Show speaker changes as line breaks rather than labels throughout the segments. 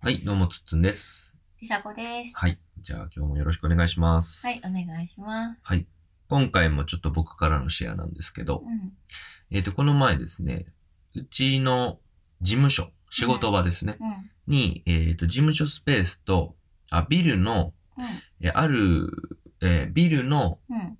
はい、どうも、つっつんです。
りさこです。は
はい。じゃあ、今日もよろしくお願いします。
い、お願いします。
はい。今回もちょっと僕からのシェアなんですけど、
うん。
えっ、と、この前ですね、うちの事務所、仕事場ですね、
うん。
に、えっ、と、事務所スペースと、あ、ビルの、えある、えービルの
うん。うん。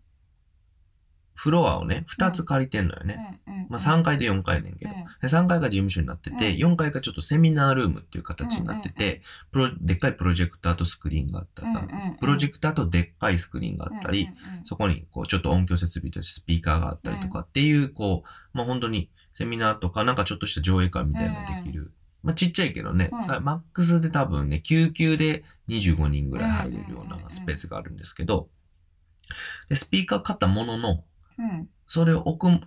フロアをね、2つ借りてんのよね。
うん。うん。
まあ、3階と4階ねんけ
う
ど、
ん。
で3階が事務所になってて、
うん
4階がちょっとセミナールームっていう形になってて、プロでっかいプロジェクターとスクリーンがあった
うん。
り、プロジェクターとでっかいスクリーンがあったり、、そこにこうちょっと音響設備としてスピーカーがあったりとかっていう、こう、まあ本当にセミナーとかなんかちょっとした上映会みたいなのできる。まあちっちゃいけどね、
うん
さマックスで多分ね、救急で25人ぐらい入れるよう
うんうんうんう
なんスペースがあるんですけど、で、スピーカー買ったものの、
うん。うん。
それを置く、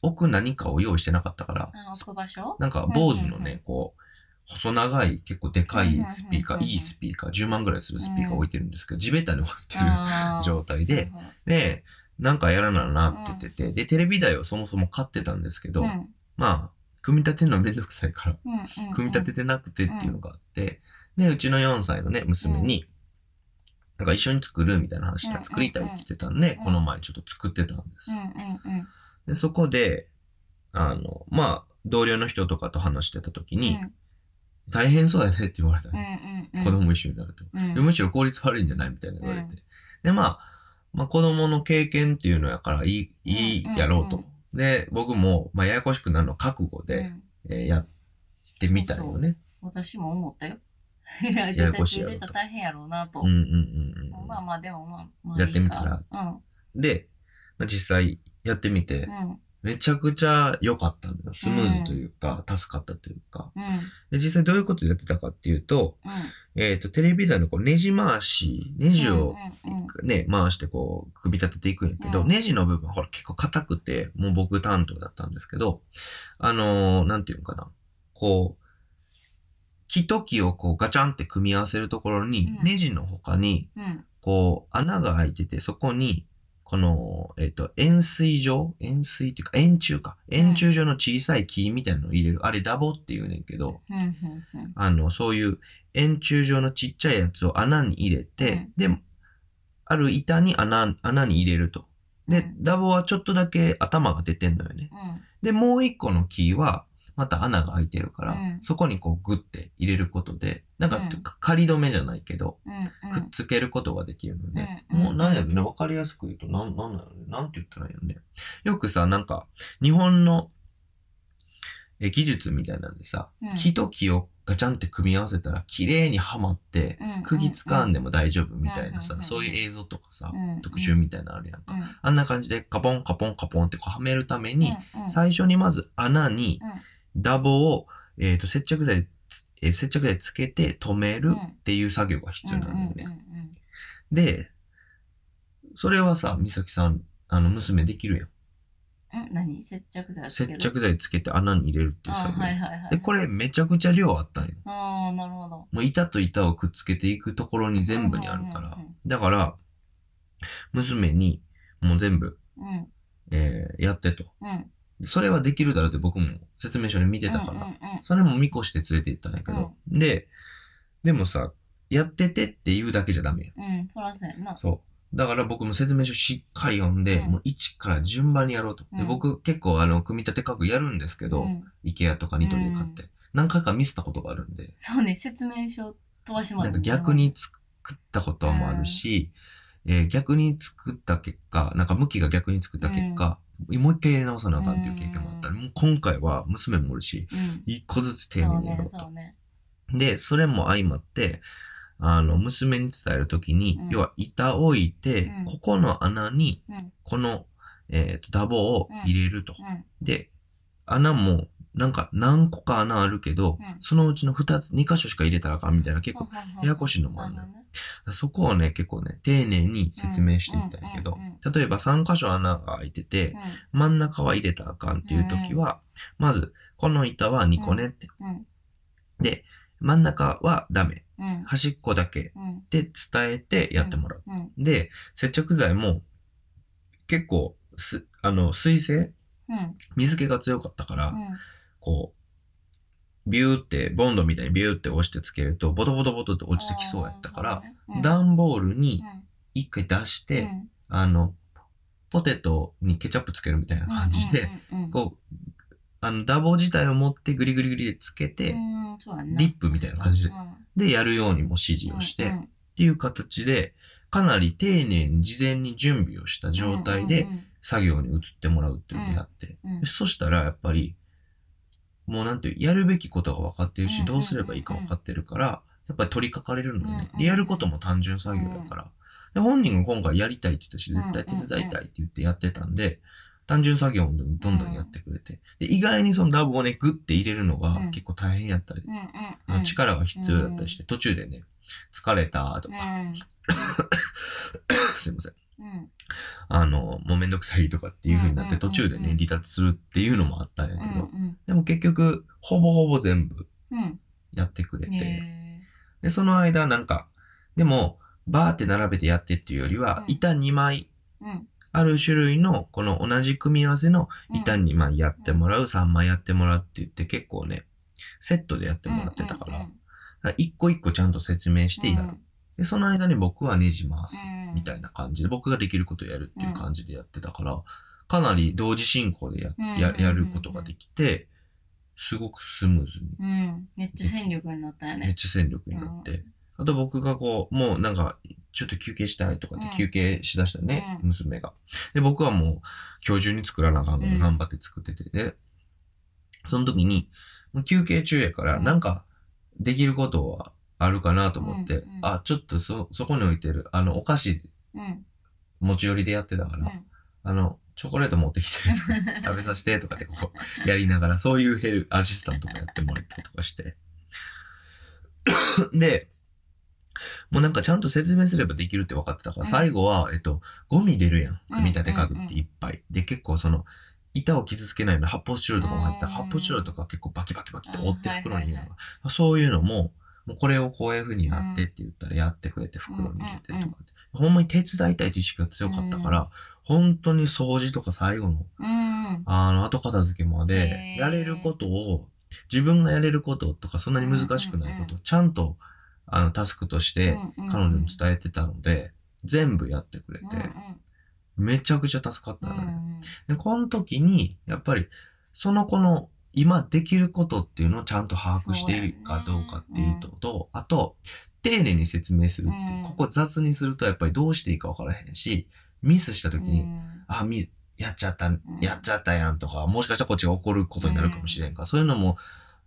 置く何かを用意してなかったから、
あ置く場所
なんか、坊主の
うんうんう
ね、こう、細長い、結構でかいスピーカ
うん
ー、
うんうんうん
いいスピーカー、10万ぐらいするスピーカー置いてるんですけど、地べたに置いてる
あー
状態で、、で、なんかやらななって言ってて、で、テレビ台をそもそも買ってたんですけ
う
ど、
ん。うん。
まあ、組み立てるのめんどくさいから、
うん。
組み立て
て、
てなくてっていうのがあって、で、うちの4歳のね、娘に、なんか一緒に作るみたいな話
う
で
んうんうん
作りたいって言ってたんで、
うん
この前ちょっと作ってたんです
うん。。うん。うん。
で、そこで、あの、まあ、同僚の人とかと話してた時に、大変そうやねって言われた
うん。う
ね。
ん。うん。
子供一緒になると。
うん。
でむしろ効率悪いんじゃないみたいな言われて。
うん
で、まあ、まあ、子供の経験っていうのやからいい、いいやろうと。
うんうん
で、僕も、まあ、ややこしくなるの覚悟
う
で、
ん
えーやってみたいよね。
私も思ったよ。いや、
や
絶
やこ
対
しいや
出
ろと
てたら大変やろうなと
うん。うんうんうん。
まあまあ、でもまあ、まあ
やってみたら
いいか
で、まあ、実際やってみて
う、ん。
めちゃくちゃ良かったんだよ。スムーズというか、助かったというか。
うん。うん。
で、実際どういうことでやってたかっていうと、
う
えっ、と、テレビ台のこうネジ回し、ネジ
ん。
を、
うん。うん。
ね、回してこう、組み立てていくんやけど、
うん
ネジの部分、ほら、結構硬くて、もう僕担当だったんですけど、あのーなんていうのかな、こう、木と木をこう、ガチャンって組み合わせるところに、
うん
ネジの他に、
うん。
こう、穴が開いてて、そこに、この、えっ、と、円錐状円錐っていうか、円柱か。円柱状の小さい木みたいなのを入れる。あれ、ダボって言うねんけど、
うん。うん。うん。
あの、そういう円柱状のちっちゃいやつを穴に入れて、で、ある板に穴、穴に入れると。で、
うん
ダボはちょっとだけ頭が出てんのよね。
う
で、もう一個の木は、また穴が開いてるから、
うん
そこにこうグッて入れることで、なんか、
うん
仮止めじゃないけど、
ん。うん。
くっつけることができるのね。
うん
もうなんやろね、わかりやすく言うと、なん、なんだろね、なんて言ったらいいよね。よくさ、なんか、日本の、え、技術みたいなんでさ、
うん
木と木をガチャンって組み合わせたら、綺麗にはまって、
うん
釘掴んでも大丈夫みたいな
うん
さ
う、ん
そういう映像とかさ、
うん
特集みたいなのあるやん
う
か。
ん
あんな感じで、カポンカポンカポンってこうはめるために、
うんうん
最初にまず穴に
うん、
ダボを、えっと、接着剤でつ、えー接着剤つけて止める
うん
っていう作業が必要なんだよね。
うんうんうん
で、それはさ、美咲さん、あの、娘できる
うん、うん何接着剤
やん。
つけ
接
る
着剤つけて穴に入れるっていう
あ
作
ー
業。
はいはいはい
で、これめちゃくちゃ量あったんよ。
ああなるほど
もう板と板をくっつけていくところに全部にあるから。
うん
だから、娘にもう全部、
うん
えーやってと。
うんうん
それはできるだろうって僕も説明書で見てたから、
うんうん
それも見越して連れて行ったんやけど。で、でもさ、やっててって言うだけじゃダメやん
うんうんそらそうやな
そう。だから僕も説明書しっかり読んで、
うん
もう1から順番にやろうと。
う
で
ん
僕結構あの、組み立て家具やるんですけど、
うん、
IKEA とかニトリで買って、何回かミスったことがあるんで、
そうね説明書飛ばしま
な
す
んか逆に作ったこともあるし、えー逆に作った結果、なんか向きが逆に作った結果、もう一回やり直さなあかんっていう経験もあったり、もう今回は娘もおるし、
うん
一個ずつ丁
そう
寧にや
ね
ろうと。
そうね
で、それも相まって、あの、娘に伝えるときに、
うん
要は板置いて、
うん
ここの穴に
うん、
この、えーと、ダボを入れると。
うん
で、穴も、なんか何個か穴あるけど、
うん
そのうちの2つ、2箇所しか入れたらあかんみたいな、結構、
ほんほんほん
ややこしいのもある
なる
の
ほ
よ
どね
そこをね、結構ね、丁寧に説明していったんやけど
うんうんうん、
例えば3箇所穴が開いてて、真ん中は入れたらあかんっていうときは、まず、この板は2個ねって。
うんうん
で、真ん中はダメ。
うん
端っこだけ
うん
で伝えてやってもらう。
うん
で、接着剤も結構す、あの、水性
うん
水気が強かったから、
うん
こビューって、ボンドみたいにビューって押してつけると、ボトボトボトって落ちてきそうやったから、
うん、
段、ボールに
うん
一回出して、
うん
あの、ポテトにケチャップつけるみたいな感じで、、
うんうんうんうん
こう、あの、ダボ自体を持ってグリグリグリでつけて、
うんそうやんな
リップみたいな感じで
うんうん
で、やるようにも指示をして、
うん
っ、ていう形で、かなり丁寧に事前に準備をした状態で
うん、
作業に移ってもらうっていうのをやって、
うんうん
でそしたらやっぱり、もうなんていう、やるべきことが分かってる
うんうん
し、
うん
どうすればいいか分かってるから、やっぱり取り掛かれるのよね
うん。うん
で、やることも単純作業だから。で、本人が今回やりたいって言ったし、絶対手伝いたいって言ってやってたんで、単純作業をどんどんやってくれて。で、意外にそのダブをね、グッて入れるの
う
が
ん
結構大変やったり、
うんうん
あ
うん
の力が必要だったりして、途中でね、疲れたと
う
か、
ん
すいません。
うん
あの、もうめんどくさいとかっていう風になっ
うんうんうんう
て途
ん
中でね、離脱するっていうのもあったんやけど、
うん
でも結局、ほぼほぼ全部
うん
やってくれ
うん
て、
へ
で、その間なんか、でも、バーって並べてやってっていうよりは、
うん
板2枚、
ーうん
ある種類の、この同じ組み合わせの
うん
板2枚やってもらう、3枚やってもらうって言って結構ね、セットでやってもらってたから、
うん
だから一個一個ちゃんと説明してやる。で、その間に僕はねじ回す。みた
い
いな感じで、僕ができることをやるっていう感じでやってたから、かなり同時進行でや,、
うん
ややることができて、すごくスムーズに、
な、うん、めっちゃ戦力になったよ
めっ
ね
ちゃ戦力になって、あと僕がこう、もうなんか、ちょっと休憩したいとかって
うん
休憩しだしたね、
うん
娘が。で、僕はもう、今日中に作らなあかんの
う
に
ん
頑張って作ってて、で、その時に、もう休憩中やから、
うん
なんか、できることはあるかなと思って、
うんうん
あ、ちょっとそ、そこに置いてる、あの、お菓子
うん
持ち寄りでやってたか
う
ら、
ん
あの、チョコレート持ってき て、食べさせてとかってこう、やりながら、そういうヘル、アシスタントもやってもらったりとかして。で、もうなんかちゃんと説明すればできるって分かってたか
うん
ら、最後は、えっと、ゴミ出るやん。
うん
組み立て家具っていっぱい。で、結構その、板を傷つけないような発泡スチロールとかも入ってた。
うん
発泡スチロールとか結構バキバキバキって折って
あー
袋に入れな
はいは
が
い
ら、そういうのも、もうこれをこういう風にやってって言ったらやってくれて袋に入れてとかって、ほんまに手伝いたいという意識が強かったから、本当に掃除とか最後の、
うん
あの、後片付けまで
へ、ー
やれることを、自分がやれることとか、そんなに難しくないこ
うんうん
とを、ちゃんと、あの、タスクとして、彼女に伝えてたので、全部やってくれて、めちゃくちゃ助かった
うんう
よ
んうん
ね。で、この時に、やっぱり、その子の今できることっていうのをちゃんと把握しているかどうかっていうと、とあと、丁寧に説明するっていう、
うん
ここ雑にするとやっぱりどうしていいか分からへんし、ミスした時に、
うん
あ、み、やっちゃった、やっちゃったやんとか、もしかしたらこっちが怒ることになるかもしれんから、そういうのも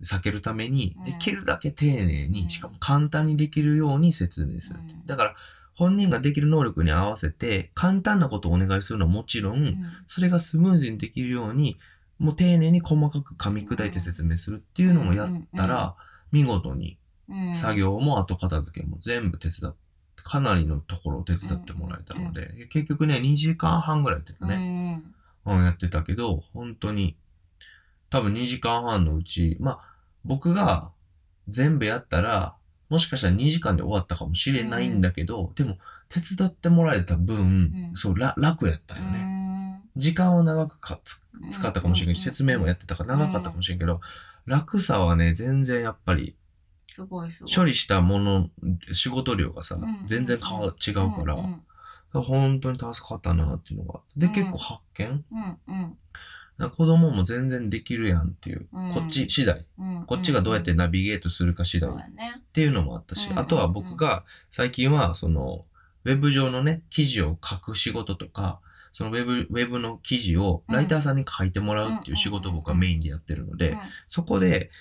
避けるために
う、ん
できるだけ丁寧に、
うん
しかも簡単にできるように説明するっていう
うん
だから、本人ができる能力に合わせて、簡単なことをお願いするのはもちろん、
うん
それがスムーズにできるように、もう丁寧に細かく噛み砕いて説明するっていうのもやったら、見事に
うん
作業も後片付けも全部手伝って、かなりのところを手伝ってもらえたので、結局ね、2時間半ぐらいやってたね。
うん
うん、やってたけど、本当に、多分2時間半のうち、まあ、僕が全部やったら、もしかしたら2時間で終わったかもしれないんだけど、でも、手伝ってもらえた分、
うん
そう、ら楽やったよね。時間は長くかつ
うん
使ったかもしれないし、
うん
説明もやってたから長かったかもしれんけど、楽さはね、全然やっぱり、
すごいすごい
処理したもの、仕事量がさ、
ん
全然かわ違うから、
うんうん
本当に助かったなっていうのがあって。で、
うん
結構発見
うんうん
なんか子供も全然できるやんっていう、
うん
こっち次第
うん
こっちがどうやってナビゲートするか次第
そう
っ
やね
ていうのもあったし、
うん
あとは僕が最近はそのウェブ上のね記事を書く仕事とかそのウェブウェブの記事をライターさんに書いてもらうっていう仕事を僕はメインでやってるので、
うん
そこで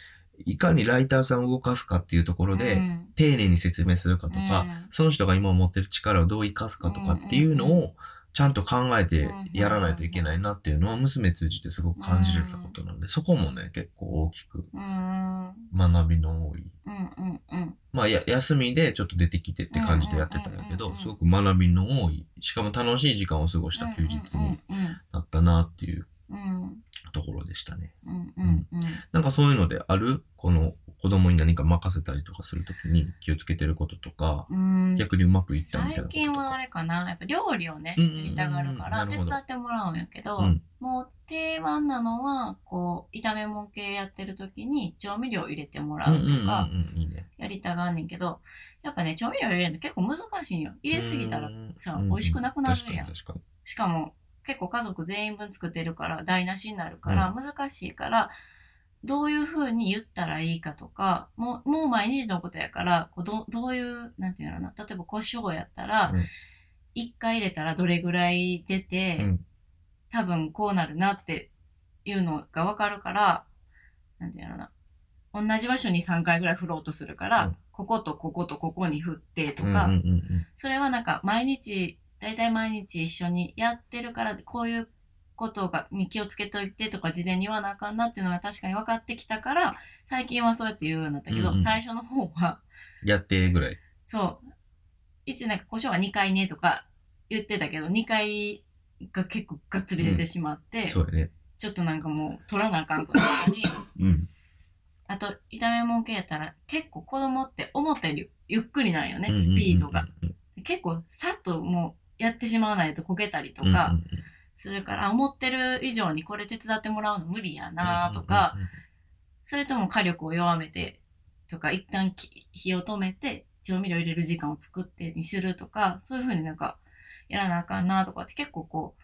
いかにライターさんを動かすかっていうところで、
うん
丁寧に説明するかとか、
うん
その人が今持ってる力をどう生かすかとかっていうの
うんう
をちゃんと考えてやらないといけないなっていうのを娘通じてすごく感じれたことなので、そこもね、結構大きく
うん
学びの多い。
うんうんうん
まあ、や、休みでちょっと出てきてって感じでやってたんやけ
うんうんうんう
ど、
ん
すごく学びの多い、しかも楽しい時間を過ごした休日に
うん
なったなっていう
うん
ところでしたね。
うんうんうんうん
なんかそういうのであるこの子供に何か任せたりとかするときに気をつけてることとか、
うん
逆にうまくいったみたいなこと
最
とか。
近はあれかなやっぱ料理をね
うん
や
うんうん
りたがるから
な
手
るほど
伝ってもらうんやけど、
うん
もう定番なのはこう炒め物系やってる時に調味料入れてもらうと
うんうんうん
か
うん、いいね。
やりたがんねんけどやっぱね調味料入れるの結構難しいんよ入れすぎたら
うん
さ
うんうん
美味しくなくなるやん
確かに
しかも結構家族全員分作ってるから台無しになるから難しいから、どういうふうに言ったらいいかとかもうもう毎日のことやからこうどどういうなんていうのかな例えば胡椒やったら、
うん
一1回入れたらどれぐらい出て、
確かに。
多分こうなるなっていうのが分かるからなんていうのかな同じ場所に3回ぐらい振ろうとするから、
うん
こことこことここに振ってと
うん。
か、
うんうんうんうん
それはなんか毎日大体毎日一緒にやってるからこういうことがに気をつけといてとか事前に言わなあかんなっていうのが確かに分かってきたから最近はそうやって言うようになったけど、
うんうん
最初の方は
やってぐらい。
そう一なんか胡椒は2回ねとか言ってたけど2回が結構がっつり出てしまって、
そうやね。
ちょっとなんかもう取らなあかんくなったり
うん。
あと炒め物系やったら結構子供って思ったよりゆっくりなんよねスピードが。
うんうん
結構さっともうやってしまわないとこけたりと
うんうん。
かするから、思ってる以上にこれ手伝ってもらうの無理やなとか、
うんうんうんうん。
それとも火力を弱めてとか一旦き火を止めて調味料入れる時間を作ってにするとかそういうふうになんかやらなあかんなとかって結構こ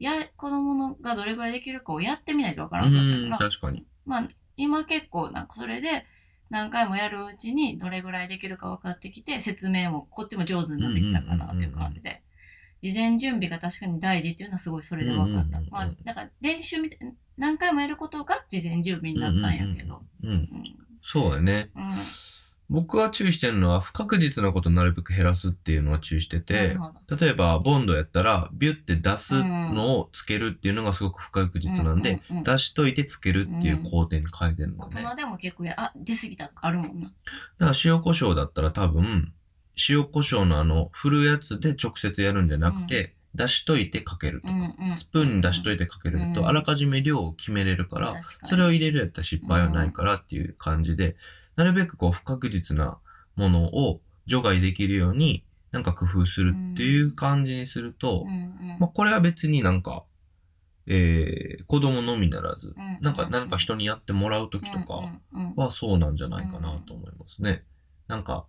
うや子供のがどれぐらいできるかをやってみないとわからなかったから
うん、確かに。
まあ、今結構なんかそれで何回もやるうちにどれぐらいできるか分かってきて説明もこっちも上手になってきたかなっていう感じで事前準備が確かに大事っていうのはすごいそれで分かった、
うんうんうんうん
まあだから練習みたい何回もやることが事前準備になったんやけど
うんうんうん。うん
うん
そうやね。
うん
僕は注意してるのは、不確実なことをなるべく減らすっていうのは注意して
な
て
る、ほど
例えば、ボンドやったら、ビュって出すのをつけるっていうのがすごく不確実なんで、
うんうんうん
出しといてつけるっていう工程に変えてるのね。
大人でも結構やあ出過ぎたとかあるもん
だ
な
から塩コショウだったら多分、塩コショウのあの、振るやつで直接やるんじゃなくて、出しといてかけるとか、スプーンに出しと
いて
いてかける
うん
と、あらかじめ量を決めれるから、それを入れるやったら失敗はないからっていう感じで、なるべくこう不確実なものを除外できるように、なんか工夫するっていう感じにすると、まあこれは別になんか、えー、子供のみならず、なんか何か人にやってもらうときとか、はそうなんじゃないかなと思いますね。なんか、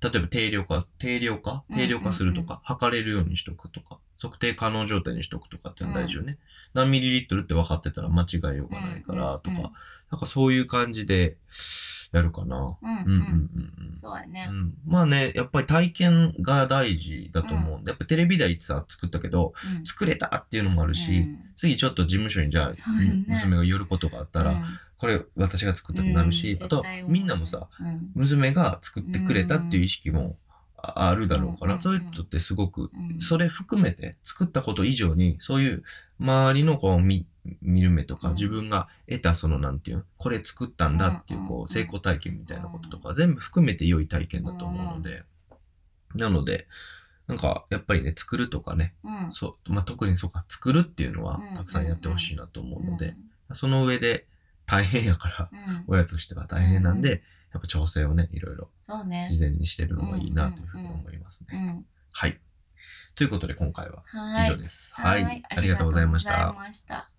例えば定量化、定量化
うんうんうん
定量化するとか、測れるようにしとくとか、測定可能状態にしとくとかっていうのは大事よね。何ミリリットルって分かってたら間違いようがないからとか、
うんうんうん
なんかそういう感じでやるかな。
うん
うん
う
うんんうんうん。
そうやね
うん、まあね、やっぱり体験が大事だと思うんで、やっぱテレビ台さ、作ったけど、
うん
作れたっていうのもあるし、
うん
次ちょっと事務所にじゃあ、
そうやね
娘が寄ることがあったら、
うん
これ私が作ったってなるし、
うん
あと
絶対思う
みんなもさ
うん
娘が作ってくれたっていう意識もああるだろうから、
うん
そういう人ってすごく
うん
それ含めて作ったこと以上にそういう周りのこう見見る目とか、
うん
自分が得たそのなんていうのこれ作ったんだっていう
うんうん
こ
うん
う成功体験みたいなこととか、全部含めて良い体験だと思うので、なのでなんかやっぱりね作るとかね、
うん
そうまあ、特にそうか作るっていうのは
うん
たくさんやってほしいなと思うので、
うん
その上で大変やから
うん
親としては大変なんで、
うん
やっぱ調整をね、いろいろ
そうね。
事前にしてるのがいいなというふうに思いますね。
うん
はい。ということで今回は
は
以
い
上です。はい。ありがとうございまし
ありがと
た
うご。ざいました。